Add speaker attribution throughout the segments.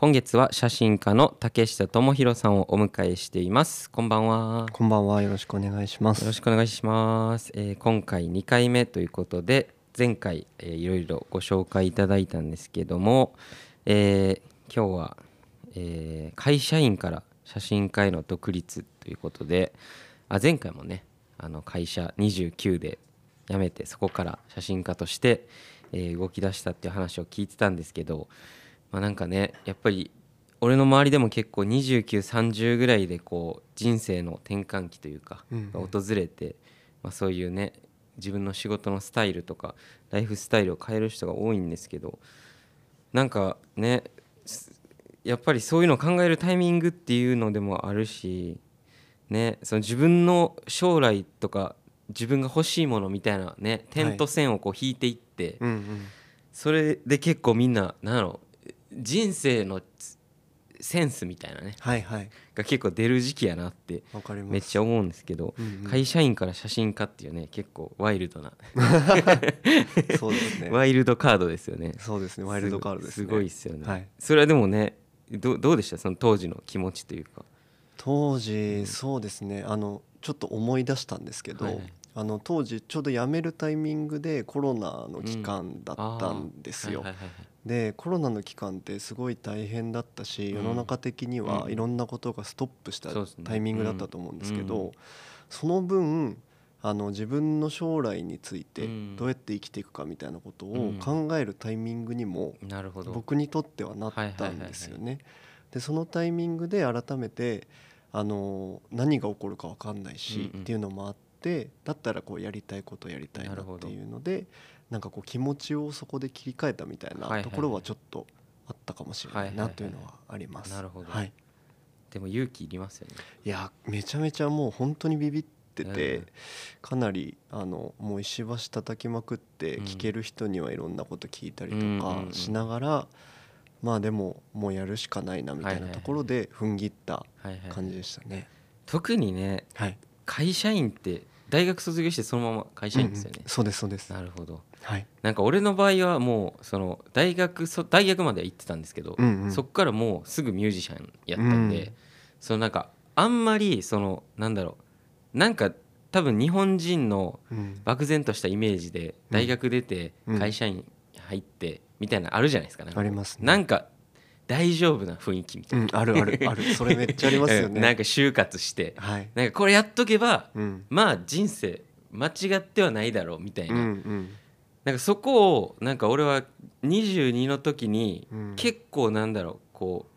Speaker 1: 今月は写真家の竹下智博さんをお迎えしていますこんばんは
Speaker 2: こんばんは。よろしくお願いします。
Speaker 1: よろしくお願いします、えー今回2回目ということで前回、えーいろいろご紹介いただいたんですけども、えー今日は、えー会社員から写真家への独立ということであ前回もねあの会社29で辞めてそこから写真家として、えー動き出したっていう話を聞いてたんですけど、まあ、なんかねやっぱり俺の周りでも結構2930ぐらいでこう人生の転換期というか、
Speaker 2: うんうん
Speaker 1: 訪れて、まあ、そういうね自分の仕事のスタイルとかライフスタイルを変える人が多いんですけどなんかねすやっぱりそういうのを考えるタイミングっていうのでもあるし、ね、その自分の将来とか自分が欲しいものみたいなね点と線をこう引いていって、
Speaker 2: うんうん。
Speaker 1: それで結構みんななんやろ人生のつセンスみたいなね
Speaker 2: はいはい。
Speaker 1: が結構出る時期やなって
Speaker 2: わかります。
Speaker 1: めっちゃ思うんですけど、
Speaker 2: うんうん
Speaker 1: 会社員から写真家っていうね結構ワイルドな、
Speaker 2: そうです ね。
Speaker 1: ワイルドカードですよね
Speaker 2: そうですね。ワイルドカードです、ね。
Speaker 1: ごいですよね、
Speaker 2: はい
Speaker 1: それはでもねどどうでしたその当時の気持ちというか
Speaker 2: 当時そうですね。あのちょっと思い出したんですけど、
Speaker 1: はいはい
Speaker 2: あの当時ちょうど辞めるタイミングでコロナの期間だったんです
Speaker 1: あ
Speaker 2: よ。
Speaker 1: ーはいはいはいはい
Speaker 2: でコロナの期間ってすごい大変だったし、
Speaker 1: うん
Speaker 2: 世の中的には
Speaker 1: うん
Speaker 2: いろんなことがストップした
Speaker 1: そうですね
Speaker 2: タイミングだったと思うんですけど、
Speaker 1: うん
Speaker 2: その分あの自分の将来について
Speaker 1: うん
Speaker 2: どうやって生きていくかみたいなこと
Speaker 1: う
Speaker 2: を
Speaker 1: ん
Speaker 2: 考えるタイミングにも
Speaker 1: なるほど
Speaker 2: 僕にとってはなったんですよね。でそのタイミングで改めてあの何が起こるか分かんないし、
Speaker 1: うんうん
Speaker 2: っていうのもあってだったらこうやりたいことやりたいな
Speaker 1: なる
Speaker 2: っ
Speaker 1: ほ
Speaker 2: て
Speaker 1: ど
Speaker 2: いうのでなんかこう気持ちをそこで切り替えたみたい
Speaker 1: はいはい
Speaker 2: な
Speaker 1: は
Speaker 2: と
Speaker 1: い
Speaker 2: ころはちょっとあったかもしれな
Speaker 1: は
Speaker 2: い
Speaker 1: いはい
Speaker 2: な
Speaker 1: はい
Speaker 2: というのはあります。
Speaker 1: なるほど
Speaker 2: はい、
Speaker 1: でも勇気いりますよね
Speaker 2: いやめちゃめちゃもう本当にビビってて、
Speaker 1: うん
Speaker 2: かなりあのもう石橋叩きまくって
Speaker 1: うん
Speaker 2: 聞ける人にはいろんなこと聞いたり
Speaker 1: うん
Speaker 2: と
Speaker 1: うん
Speaker 2: か
Speaker 1: うん
Speaker 2: しながら、まあでももうやるしかないなみたい
Speaker 1: はい
Speaker 2: な
Speaker 1: はい
Speaker 2: ところで踏ん切った
Speaker 1: はいはい
Speaker 2: 感じでしたね。
Speaker 1: 特にね
Speaker 2: はい、
Speaker 1: 会社員って大学卒業してそのまま会社員ですよ
Speaker 2: うん
Speaker 1: ね
Speaker 2: うん、そうですそうです。
Speaker 1: なるほど
Speaker 2: はい、
Speaker 1: なんか俺の場合はもうその大学そ大学までは行ってたんですけど、
Speaker 2: うんうん
Speaker 1: そっからもうすぐミュージシャンやったんで、
Speaker 2: うん
Speaker 1: そのなんかあんまりそのなんだろうなんか多分日本人の
Speaker 2: うん、
Speaker 1: 漠然としたイメージで大学出て
Speaker 2: うん
Speaker 1: 会社員入ってみたいなのあるじゃないですかなんか
Speaker 2: ありますね
Speaker 1: なんか大丈夫な雰囲気みた
Speaker 2: う
Speaker 1: い
Speaker 2: ん、ある あるある、それめっちゃありますよ
Speaker 1: な、
Speaker 2: ね。
Speaker 1: なんか就活して
Speaker 2: はい、
Speaker 1: なんかこれやっとけば
Speaker 2: うん、
Speaker 1: まあ人生間違ってはないだろうみたい
Speaker 2: うん
Speaker 1: な、
Speaker 2: うん
Speaker 1: なんかそこをなんか俺は22の時に
Speaker 2: うん
Speaker 1: 結構なんだろうこう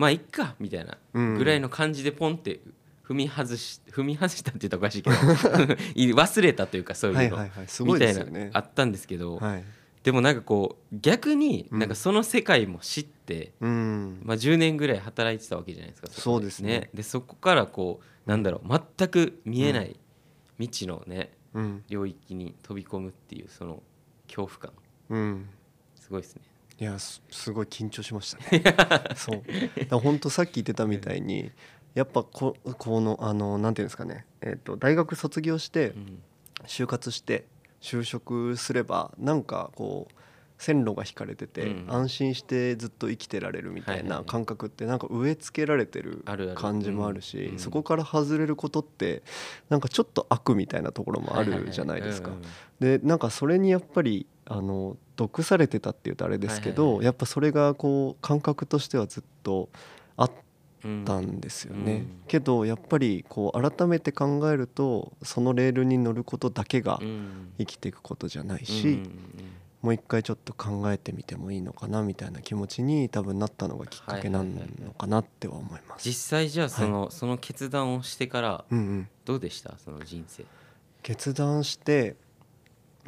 Speaker 1: まあいっかみたいな
Speaker 2: うん
Speaker 1: ぐらいの感じでポンって踏み外し踏み外したって言ったらおかしい けど忘れたというかそういうの、
Speaker 2: はいはいはい、すご
Speaker 1: み
Speaker 2: い
Speaker 1: た
Speaker 2: で
Speaker 1: い
Speaker 2: す
Speaker 1: な
Speaker 2: よね。
Speaker 1: あったんですけど、
Speaker 2: はい、
Speaker 1: でもなんかこう逆に
Speaker 2: うん
Speaker 1: なんかその世界も知って、
Speaker 2: うん、
Speaker 1: まあ、10年ぐらい働いてたわけじゃないですかこ
Speaker 2: そうですね
Speaker 1: でそこからこうなんだろう全く見えない未知のね
Speaker 2: うん、
Speaker 1: 領域に飛び込むっていうその恐怖感
Speaker 2: うん。
Speaker 1: すごいですね。
Speaker 2: いやすすごい緊張しましたねそうだからほんとさっき言ってたみたいにやっぱここのあのなんていうんですかね、えっと大学卒業して
Speaker 1: うん
Speaker 2: 就活して就職すればなんかこう線路が引かれてて、
Speaker 1: うん
Speaker 2: 安心してずっと生きてられるみたい
Speaker 1: はいはいは
Speaker 2: ない感覚ってなんか植え付けられてる
Speaker 1: あるある
Speaker 2: 感じもあるし
Speaker 1: うんうん
Speaker 2: そこから外れることってなんかちょっと悪みたいなところもあるじゃないですか。
Speaker 1: はは
Speaker 2: でなんかそれにやっぱりあの毒されてたっていうとあれですけど、
Speaker 1: はいはいはい
Speaker 2: やっぱそれがこう感覚としてはずっとあっ
Speaker 1: いうんうん
Speaker 2: たんですよね、
Speaker 1: うん
Speaker 2: けどやっぱりこう改めて考えるとそのレールに乗ることだけが
Speaker 1: うん
Speaker 2: 生きていくことじゃない
Speaker 1: うん
Speaker 2: し、
Speaker 1: うんうん
Speaker 2: もう一回ちょっと考えてみてもいいのかなみたいな気持ちに多分なったのがきっかけなのかなっては思います。
Speaker 1: 実際じゃあその,、その決断をしてから
Speaker 2: うんうん
Speaker 1: どうでしたその人生
Speaker 2: 決断して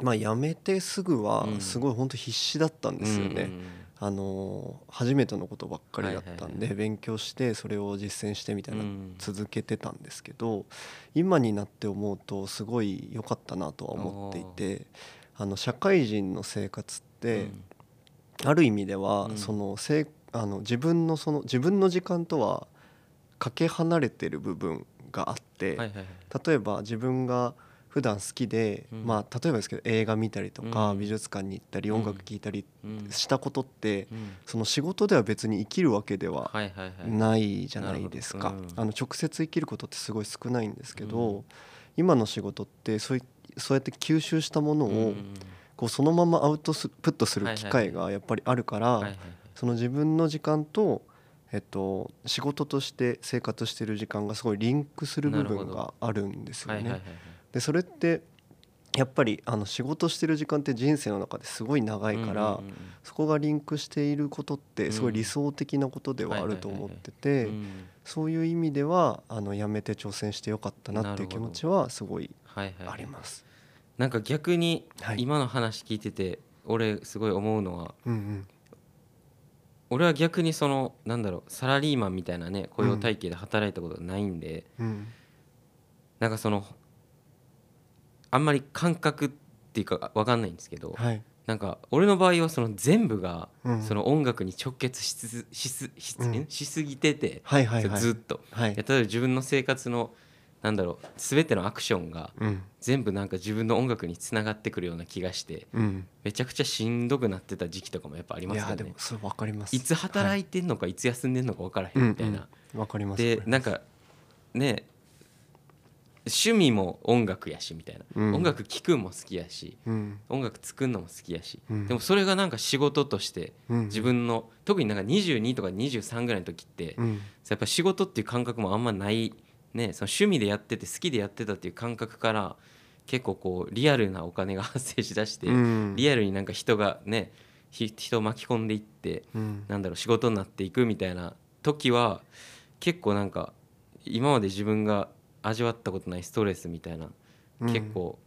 Speaker 2: まあ辞めてすぐは
Speaker 1: うん
Speaker 2: すごい本当必死だったんですよね、
Speaker 1: うんうんうん
Speaker 2: あのー初めてのことばっかりだった
Speaker 1: はい
Speaker 2: ん
Speaker 1: はいは
Speaker 2: で勉強してそれを実践してみたいな
Speaker 1: うん
Speaker 2: 続けてたんですけど今になって思うとすごい良かったなとは思っていてあの社会人の生活ってある意味では
Speaker 1: うん
Speaker 2: そのせいあの自分のその自分の時間とはかけ離れてる部分があって、
Speaker 1: うんはいはいはい
Speaker 2: 例えば自分が普段好きで、
Speaker 1: うん
Speaker 2: まあ、例えばですけど映画見たりとか、
Speaker 1: うん
Speaker 2: 美術館に行ったり
Speaker 1: うん
Speaker 2: 音楽聴いたり
Speaker 1: うん
Speaker 2: したことって、
Speaker 1: うん
Speaker 2: その仕事では別に生きるわけでは
Speaker 1: はいはいはい
Speaker 2: ないじゃないです
Speaker 1: な
Speaker 2: か、
Speaker 1: るほどうん
Speaker 2: あの直接生きることってすごい少ないんですけど、
Speaker 1: うん
Speaker 2: 今の仕事ってそういそうやって吸収したものを、
Speaker 1: うん
Speaker 2: こうそのままアウトスプットする機会がやっぱりあるから、
Speaker 1: はいはいはい
Speaker 2: その自分の時間と、えっと、仕事として生活してる時間がすごいリンクする部
Speaker 1: なる
Speaker 2: 分
Speaker 1: ほ
Speaker 2: が
Speaker 1: ど
Speaker 2: あるんですよ
Speaker 1: はいはいは
Speaker 2: ね
Speaker 1: い。
Speaker 2: でそれってやっぱりあの仕事してる時間って人生の中ですごい長いから、
Speaker 1: うんうん
Speaker 2: そこがリンクしていることってすごい理想的なことではあると思ってて、
Speaker 1: うんうん
Speaker 2: そういう意味ではあのやめて挑戦してよかったなっていう気持ちはすごい
Speaker 1: はいはい
Speaker 2: あります。
Speaker 1: なんか逆に
Speaker 2: はい
Speaker 1: 今の話聞いてて俺すごい思うのは
Speaker 2: うんうん
Speaker 1: 俺は逆にそのなんだろうサラリーマンみたいなね雇用体系で働いたことがないんで
Speaker 2: うん
Speaker 1: なんかそのあんまり感覚っていうか分かんないんですけど
Speaker 2: はい
Speaker 1: なんか俺の場合はその全部が
Speaker 2: うん
Speaker 1: その音楽に直結しつつしすし,、
Speaker 2: うん
Speaker 1: しすぎてて、
Speaker 2: はいはい
Speaker 1: そ
Speaker 2: は
Speaker 1: れ
Speaker 2: い
Speaker 1: ずっと、
Speaker 2: はい
Speaker 1: いや例えば自分の生活のなんだろう全てのアクションが
Speaker 2: うん
Speaker 1: 全部なんか自分の音楽につながってくるような気がして
Speaker 2: うん
Speaker 1: めちゃくちゃしんどくなってた時期とかもやっぱありま
Speaker 2: い
Speaker 1: す
Speaker 2: や
Speaker 1: よ
Speaker 2: でも
Speaker 1: ね。
Speaker 2: それわかります
Speaker 1: いつ働
Speaker 2: い
Speaker 1: いてんのか、い、つ休んでんのか分からへ
Speaker 2: うんん
Speaker 1: みたいな。
Speaker 2: わかります
Speaker 1: で
Speaker 2: わり
Speaker 1: なん
Speaker 2: ます
Speaker 1: かね趣味も音楽やしみたいな、
Speaker 2: うん
Speaker 1: 音楽聴くんも好きやし
Speaker 2: うん
Speaker 1: 音楽作るのも好きやし、
Speaker 2: うん
Speaker 1: でもそれがなんか仕事として
Speaker 2: うん
Speaker 1: 自分の特になんか22とか23ぐらいの時って、
Speaker 2: うん
Speaker 1: やっぱ仕事っていう感覚もあんまない、ね、その趣味でやってて好きでやってたっていう感覚から結構こうリアルなお金が発生しだして、
Speaker 2: うん
Speaker 1: リアルになんか人がねひ人を巻き込んでいって
Speaker 2: うん
Speaker 1: なんだろう仕事になっていくみたいな時は結構なんか今まで自分が味わったことないストレスみたいな、
Speaker 2: うん
Speaker 1: 結構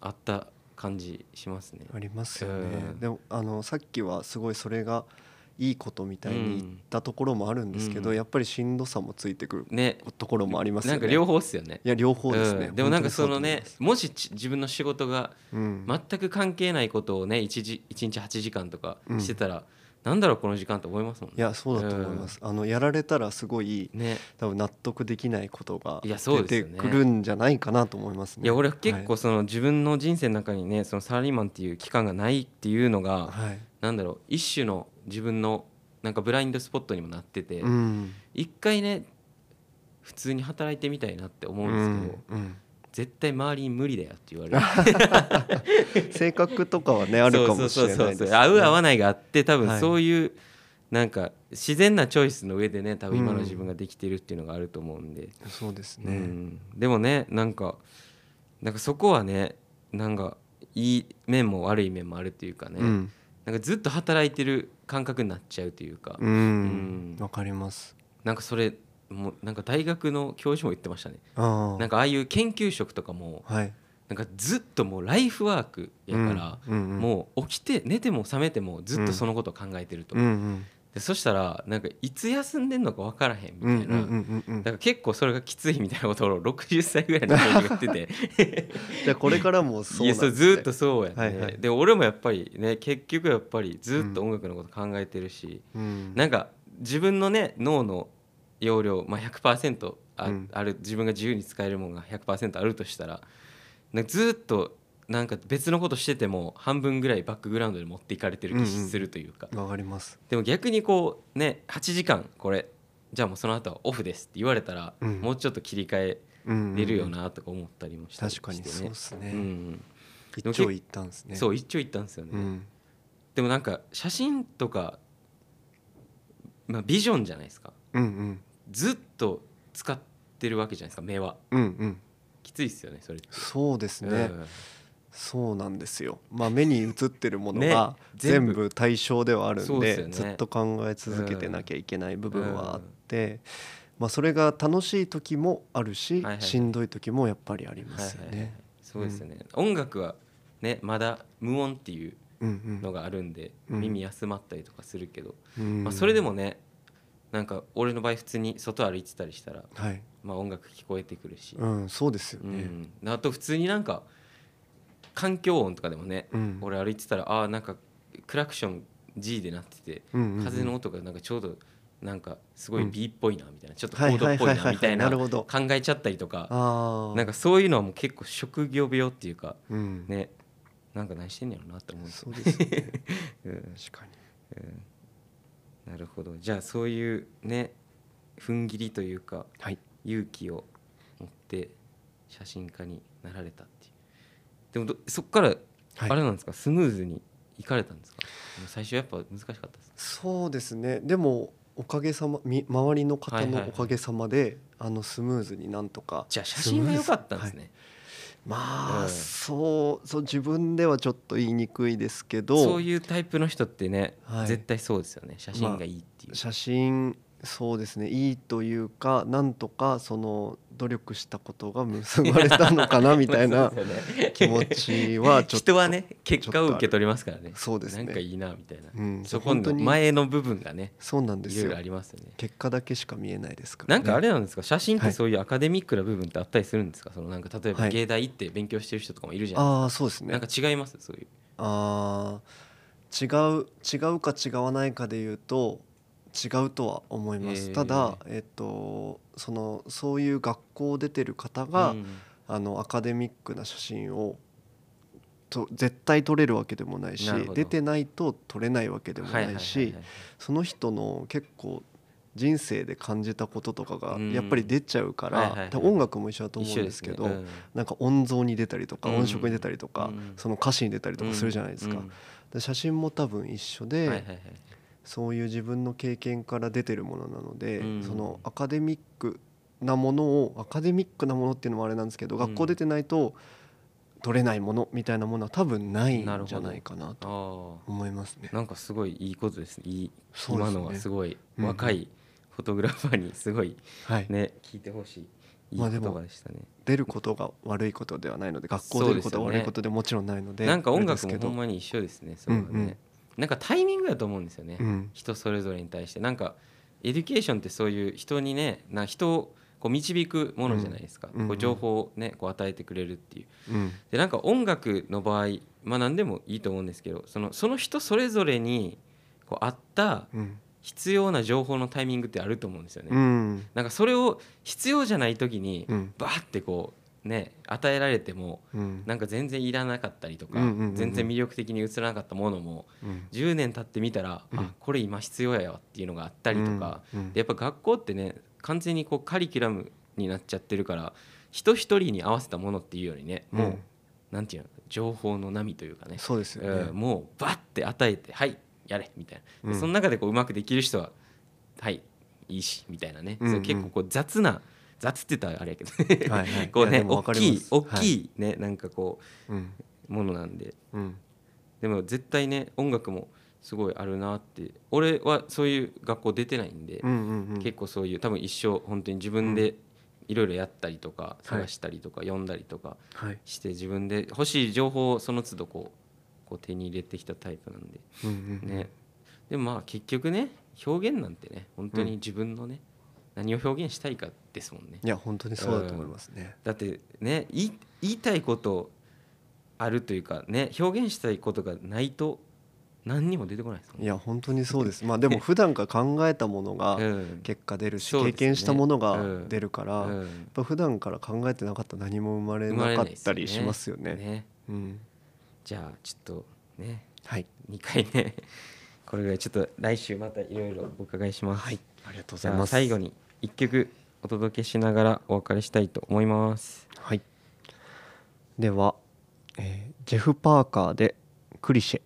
Speaker 1: あった感じしますね。
Speaker 2: ありますよね、
Speaker 1: うん
Speaker 2: でもあのさっきはすごいそれがいいことみたいに言ったところもあるんですけど、
Speaker 1: うん
Speaker 2: やっぱりしんどさもついてくる
Speaker 1: ね
Speaker 2: ところもありますよ
Speaker 1: な
Speaker 2: ね
Speaker 1: んか両方っすよね。
Speaker 2: いや両方ですね、
Speaker 1: うんでもなんかその
Speaker 2: 本
Speaker 1: ね
Speaker 2: 当
Speaker 1: も
Speaker 2: にそうだと思います
Speaker 1: しち自分の仕事が
Speaker 2: うん
Speaker 1: 全く関係ないことをね 1, 時1日8時間とか
Speaker 2: うん
Speaker 1: してたら、なんだろうこの時間って思いますもん
Speaker 2: い
Speaker 1: ね。
Speaker 2: やそうだと思います、あのやられたらすごい
Speaker 1: ね
Speaker 2: 多分納得できないことが
Speaker 1: いやそう
Speaker 2: 出
Speaker 1: です
Speaker 2: て
Speaker 1: よね
Speaker 2: くるんじゃないかなと思いますね
Speaker 1: いや俺結構その自分の人生の中にねそのサラリーマンっていう期間がないっていうのが、
Speaker 2: はい、はい
Speaker 1: なんだろう一種の自分のなんかブラインドスポットにもなってて、
Speaker 2: うん
Speaker 1: 一回ね普通に働いてみたいなって思うんですけど、
Speaker 2: うん
Speaker 1: 絶対周りに無理だよって言 われる
Speaker 2: うん性格とかはねあるかもしれないです、ね、
Speaker 1: 合う合わないがあって多
Speaker 2: は
Speaker 1: 分
Speaker 2: い
Speaker 1: そういう、なんか自然なチョイスの上でね多分今の
Speaker 2: うん
Speaker 1: 自分ができてるっていうのがあると思うんで、
Speaker 2: そうです
Speaker 1: う
Speaker 2: ね、
Speaker 1: んでもねなんかなんかそこはねなんかいい面も悪い面もあるというかね、
Speaker 2: うん
Speaker 1: なんかずっと働いてる感覚になっちゃうというか、
Speaker 2: うん
Speaker 1: うん
Speaker 2: わかります
Speaker 1: なんかそれもなんか大学の教授も言ってましたね
Speaker 2: ああ
Speaker 1: なんかああいう研究職とかも
Speaker 2: はい
Speaker 1: なんかずっともうライフワークやから、
Speaker 2: うんうんうん
Speaker 1: もう起きて寝ても覚めてもずっとそのことを考えてると、
Speaker 2: うんうん
Speaker 1: でそしたらなんかいつ休んでんのか分からへんみ
Speaker 2: うんうん
Speaker 1: たいな、
Speaker 2: うんうんうん
Speaker 1: だから結構それがきついみたいなことを60歳ぐらいの時に言 ってて
Speaker 2: じゃあこれからもそう
Speaker 1: い
Speaker 2: な
Speaker 1: や
Speaker 2: ん
Speaker 1: そう
Speaker 2: です
Speaker 1: ず
Speaker 2: ね
Speaker 1: ーっとそうやね、
Speaker 2: はいはい
Speaker 1: で俺もやっぱりね結局やっぱりずーっと音楽のこと考えてるし、
Speaker 2: うん
Speaker 1: なんか自分のね脳の容量、まあ、100%あ,、
Speaker 2: うん
Speaker 1: ある自分が自由に使えるものが100%あるとしたらなんかずーっとなんか別のことしてても半分ぐらいバックグラウンドで持っていかれてる気するというか、
Speaker 2: わかります
Speaker 1: でも逆にこうね8時間これじゃあもうその後はオフですって言われたら、
Speaker 2: うん
Speaker 1: もうちょっと切り替え
Speaker 2: 出
Speaker 1: れるよなとか思ったりもしたりし
Speaker 2: 確
Speaker 1: て、
Speaker 2: か
Speaker 1: ね
Speaker 2: にそうですね、
Speaker 1: うん
Speaker 2: 一長一短ですね、
Speaker 1: そうう一丁いったんですよね、
Speaker 2: ん、
Speaker 1: でもなんか写真とか、まあ、ビジョンじゃないですか
Speaker 2: うんうん
Speaker 1: ずっと使ってるわけじゃないですか目は
Speaker 2: うんうん
Speaker 1: きついっすよねそれって
Speaker 2: そうですね、
Speaker 1: うん
Speaker 2: そうなんですよ、まあ、目に映ってるもの
Speaker 1: ね
Speaker 2: が全
Speaker 1: 全
Speaker 2: 部対象ではある
Speaker 1: そ
Speaker 2: ん
Speaker 1: うで
Speaker 2: で,、
Speaker 1: すよね
Speaker 2: ずっと考え続けてなきゃいけない部分はあって、まあ、それが楽しい時もあるし、
Speaker 1: はいはいはい
Speaker 2: しんどい時もやっぱりありま
Speaker 1: はい
Speaker 2: す
Speaker 1: は
Speaker 2: よ
Speaker 1: いはい
Speaker 2: ね。
Speaker 1: そうですよね、音楽はねまだ無音っていう
Speaker 2: うん
Speaker 1: のがあるんで、
Speaker 2: うん
Speaker 1: 耳休まったりとかするけど、
Speaker 2: うん
Speaker 1: まあ、それでもねなんか俺の場合普通に外歩いてたりしたら、
Speaker 2: はい、
Speaker 1: まあ、音楽聞こえてくるし、
Speaker 2: うん、そうですよ
Speaker 1: う
Speaker 2: ね。
Speaker 1: んあと普通になんか環境音とかでもね、
Speaker 2: うん
Speaker 1: 俺歩いてたらあーなんかクラクション G で鳴ってて、
Speaker 2: うんうんうん
Speaker 1: 風の音がなんかちょうどなんかすごい
Speaker 2: うん
Speaker 1: B っぽいなみたいな、ちょっと
Speaker 2: は
Speaker 1: 行
Speaker 2: い
Speaker 1: 動
Speaker 2: は
Speaker 1: っ
Speaker 2: い
Speaker 1: ぽ
Speaker 2: はいいは
Speaker 1: ないみたいな
Speaker 2: なる
Speaker 1: 考
Speaker 2: ほど
Speaker 1: えちゃったりとか
Speaker 2: ああ
Speaker 1: なんかそういうのはもう結構職業病っていうか
Speaker 2: うん
Speaker 1: ねなんか何してんやろなって思うんですよ
Speaker 2: そうで すよね
Speaker 1: うん
Speaker 2: 確かに
Speaker 1: なるほどじゃあそういうね踏ん切りというか
Speaker 2: はい
Speaker 1: 勇気を持って写真家になられたっていうでもどそっから
Speaker 2: はい
Speaker 1: あれなんですか、スムーズに行かれたんですか最初やっぱ難しかったですか
Speaker 2: そうですねでもおかげさまみ周りの
Speaker 1: は
Speaker 2: 方
Speaker 1: いはいは
Speaker 2: の
Speaker 1: い
Speaker 2: おかげさまで、あのスムーズになんとか
Speaker 1: じゃあ写真が良かったんですね、
Speaker 2: まあ、
Speaker 1: うん
Speaker 2: そうそう自分ではちょっと言いにくいですけど
Speaker 1: そういうタイプの人ってね、
Speaker 2: はい
Speaker 1: 絶対そうですよね写真がいいっていう、
Speaker 2: 写真そうですねいいというかなんとかその努力したことが結ばれたのかなみたいな
Speaker 1: そうですよね
Speaker 2: 気持ちはちょっ と
Speaker 1: 人はね結果を受け取りますからね
Speaker 2: そうですね
Speaker 1: なんかいいなみたいな、
Speaker 2: うん
Speaker 1: そこ
Speaker 2: 本当
Speaker 1: の
Speaker 2: に
Speaker 1: 前の部分がね
Speaker 2: そうなんで
Speaker 1: いろ
Speaker 2: す
Speaker 1: い
Speaker 2: よ
Speaker 1: ろありますよね
Speaker 2: 結果だけしか見えないですから
Speaker 1: な
Speaker 2: ね、
Speaker 1: んかあれなんですか写真って
Speaker 2: はい
Speaker 1: そういうアカデミックな部分ってあったりするんですかそのなんか例えば
Speaker 2: はい
Speaker 1: 芸大行って勉強してる人とかもいるじゃない
Speaker 2: ああそうですね
Speaker 1: なんか違いますそういう
Speaker 2: あー違う違うか違わないかで言うと違うとは思います、
Speaker 1: えー
Speaker 2: ただ、えっと、そのそういう学校を出てる方が、
Speaker 1: うん
Speaker 2: あのアカデミックな写真をと絶対撮れるわけでもないし
Speaker 1: なるほど
Speaker 2: 出てないと撮れないわけでも
Speaker 1: はいはいはい
Speaker 2: ない
Speaker 1: はい
Speaker 2: しその人の結構人生で感じたこととかが
Speaker 1: うん
Speaker 2: やっぱり出ちゃうか
Speaker 1: はいはいは
Speaker 2: ら
Speaker 1: い
Speaker 2: 多分音楽も一緒だと思
Speaker 1: 一
Speaker 2: う
Speaker 1: 緒
Speaker 2: ん
Speaker 1: で
Speaker 2: です
Speaker 1: す
Speaker 2: け
Speaker 1: け
Speaker 2: ど
Speaker 1: ど
Speaker 2: なんか音像に出たりとか
Speaker 1: うん
Speaker 2: 音色に出たりとか
Speaker 1: うん
Speaker 2: その歌詞に出たりとかするじゃないですかで写真も多分一緒
Speaker 1: はいはい
Speaker 2: で
Speaker 1: はい
Speaker 2: そういう自分の経験から出てるものなので
Speaker 1: うん
Speaker 2: そのアカデミックなものをアカデミックなものっていうのもあれなんですけど
Speaker 1: うん
Speaker 2: 学校出てないと取れないものみたいなものは多分ない
Speaker 1: なるほ
Speaker 2: ん
Speaker 1: ど
Speaker 2: じゃないかなと
Speaker 1: あ
Speaker 2: 思いますね
Speaker 1: あ。なんかすごいいいことですねいい
Speaker 2: そうで
Speaker 1: 今
Speaker 2: すね
Speaker 1: のはすごい
Speaker 2: うんうん
Speaker 1: 若いフォトグラファーにすご い
Speaker 2: はい、
Speaker 1: ね聞いてほしいいい
Speaker 2: まあ
Speaker 1: 言
Speaker 2: でも
Speaker 1: 葉でしたね
Speaker 2: 出ることが悪いことではないので学校出ることが悪いことでもちろんないので
Speaker 1: なんか音
Speaker 2: あれで
Speaker 1: 楽
Speaker 2: すけ
Speaker 1: も
Speaker 2: ど
Speaker 1: ほんまに一緒ですねそれはね
Speaker 2: うんうん
Speaker 1: なんかタイミングだと思うんですよね
Speaker 2: うん
Speaker 1: 人それぞれに対してなんかエデュケーションってそういう人にねな人をこう導くものじゃないですか、
Speaker 2: うんうん
Speaker 1: こ
Speaker 2: う
Speaker 1: うん情報をねこう与えてくれるっていう
Speaker 2: うん
Speaker 1: でなんか音楽の場合まあ何でもいいと思うんですけどそのその人それぞれにこうあった
Speaker 2: うん
Speaker 1: 必要な情報のタイミングってあると思うんですよね、
Speaker 2: うん
Speaker 1: なんかそれを必要じゃない時に
Speaker 2: うん
Speaker 1: バーってこうね与えられても
Speaker 2: うん
Speaker 1: なんか全然いらなかったりとか、
Speaker 2: うんうんうんうん
Speaker 1: 全然魅力的に映らなかったものも
Speaker 2: うん
Speaker 1: 10年経ってみたら、
Speaker 2: うん
Speaker 1: あこれ今必要やわっていうのがあったりとか、
Speaker 2: うん
Speaker 1: でやっぱ学校ってね完全にこうカリキュラムになっちゃってるから人一人に合わせたものっていうよりねもう、
Speaker 2: うん
Speaker 1: なんていうの情報の波というかね、
Speaker 2: そうですよ
Speaker 1: うん
Speaker 2: ね。
Speaker 1: もうバッて与えてはいやれみたいな、で
Speaker 2: うん
Speaker 1: その中でこううまくできる人ははいいいしみたいなね、
Speaker 2: うんうん
Speaker 1: そう結構こう雑な雑って言ったらあれやけど、
Speaker 2: は いはい
Speaker 1: こう
Speaker 2: いや
Speaker 1: ね
Speaker 2: でも
Speaker 1: 大
Speaker 2: わか
Speaker 1: き
Speaker 2: りま
Speaker 1: い
Speaker 2: す
Speaker 1: 大きいね、なんかこ
Speaker 2: うん
Speaker 1: うものなんで
Speaker 2: うん
Speaker 1: でも絶対ね音楽もすごいあるなって俺はそういう学校出てないんで、
Speaker 2: うんうんうん
Speaker 1: 結構そういう多分一生本当に自分でいろいろやったりとか
Speaker 2: はい
Speaker 1: 探したりとか読んだりとか
Speaker 2: はい
Speaker 1: して自分で欲しい情報をその都度こうこう手に入れてきたタイプなんで
Speaker 2: うんうんうん
Speaker 1: ねでもまあ結局ね表現なんてね本当に自分のね何を表現したいかですもんね
Speaker 2: いや本当にそうだと思いますね。
Speaker 1: だってねい言いたいことあるというかね表現したいことがないと何にも出てこないですもん
Speaker 2: いや本当にそうです。まあでも普段から考えたものが
Speaker 1: うん
Speaker 2: 結果出るし、
Speaker 1: そうですね
Speaker 2: 経験したもの
Speaker 1: う
Speaker 2: が
Speaker 1: ん
Speaker 2: 出るから、
Speaker 1: う
Speaker 2: やっ
Speaker 1: ん
Speaker 2: ぱ普段から考えてなかったら何も生まれ
Speaker 1: 生ま
Speaker 2: な
Speaker 1: れ
Speaker 2: か
Speaker 1: な
Speaker 2: っ
Speaker 1: いです
Speaker 2: た
Speaker 1: よ
Speaker 2: りしますよね。
Speaker 1: ね
Speaker 2: うん、
Speaker 1: じゃあちょっとね
Speaker 2: はい
Speaker 1: 2回目 これぐらいちょっと来週またいろいろお伺いします、
Speaker 2: はいありがとうご
Speaker 1: じ
Speaker 2: ざい
Speaker 1: ゃあ
Speaker 2: ます。
Speaker 1: 最後に1曲お届けしながらお別れしたいと思います
Speaker 2: はい。では、えージェフパーカーでクリシェ。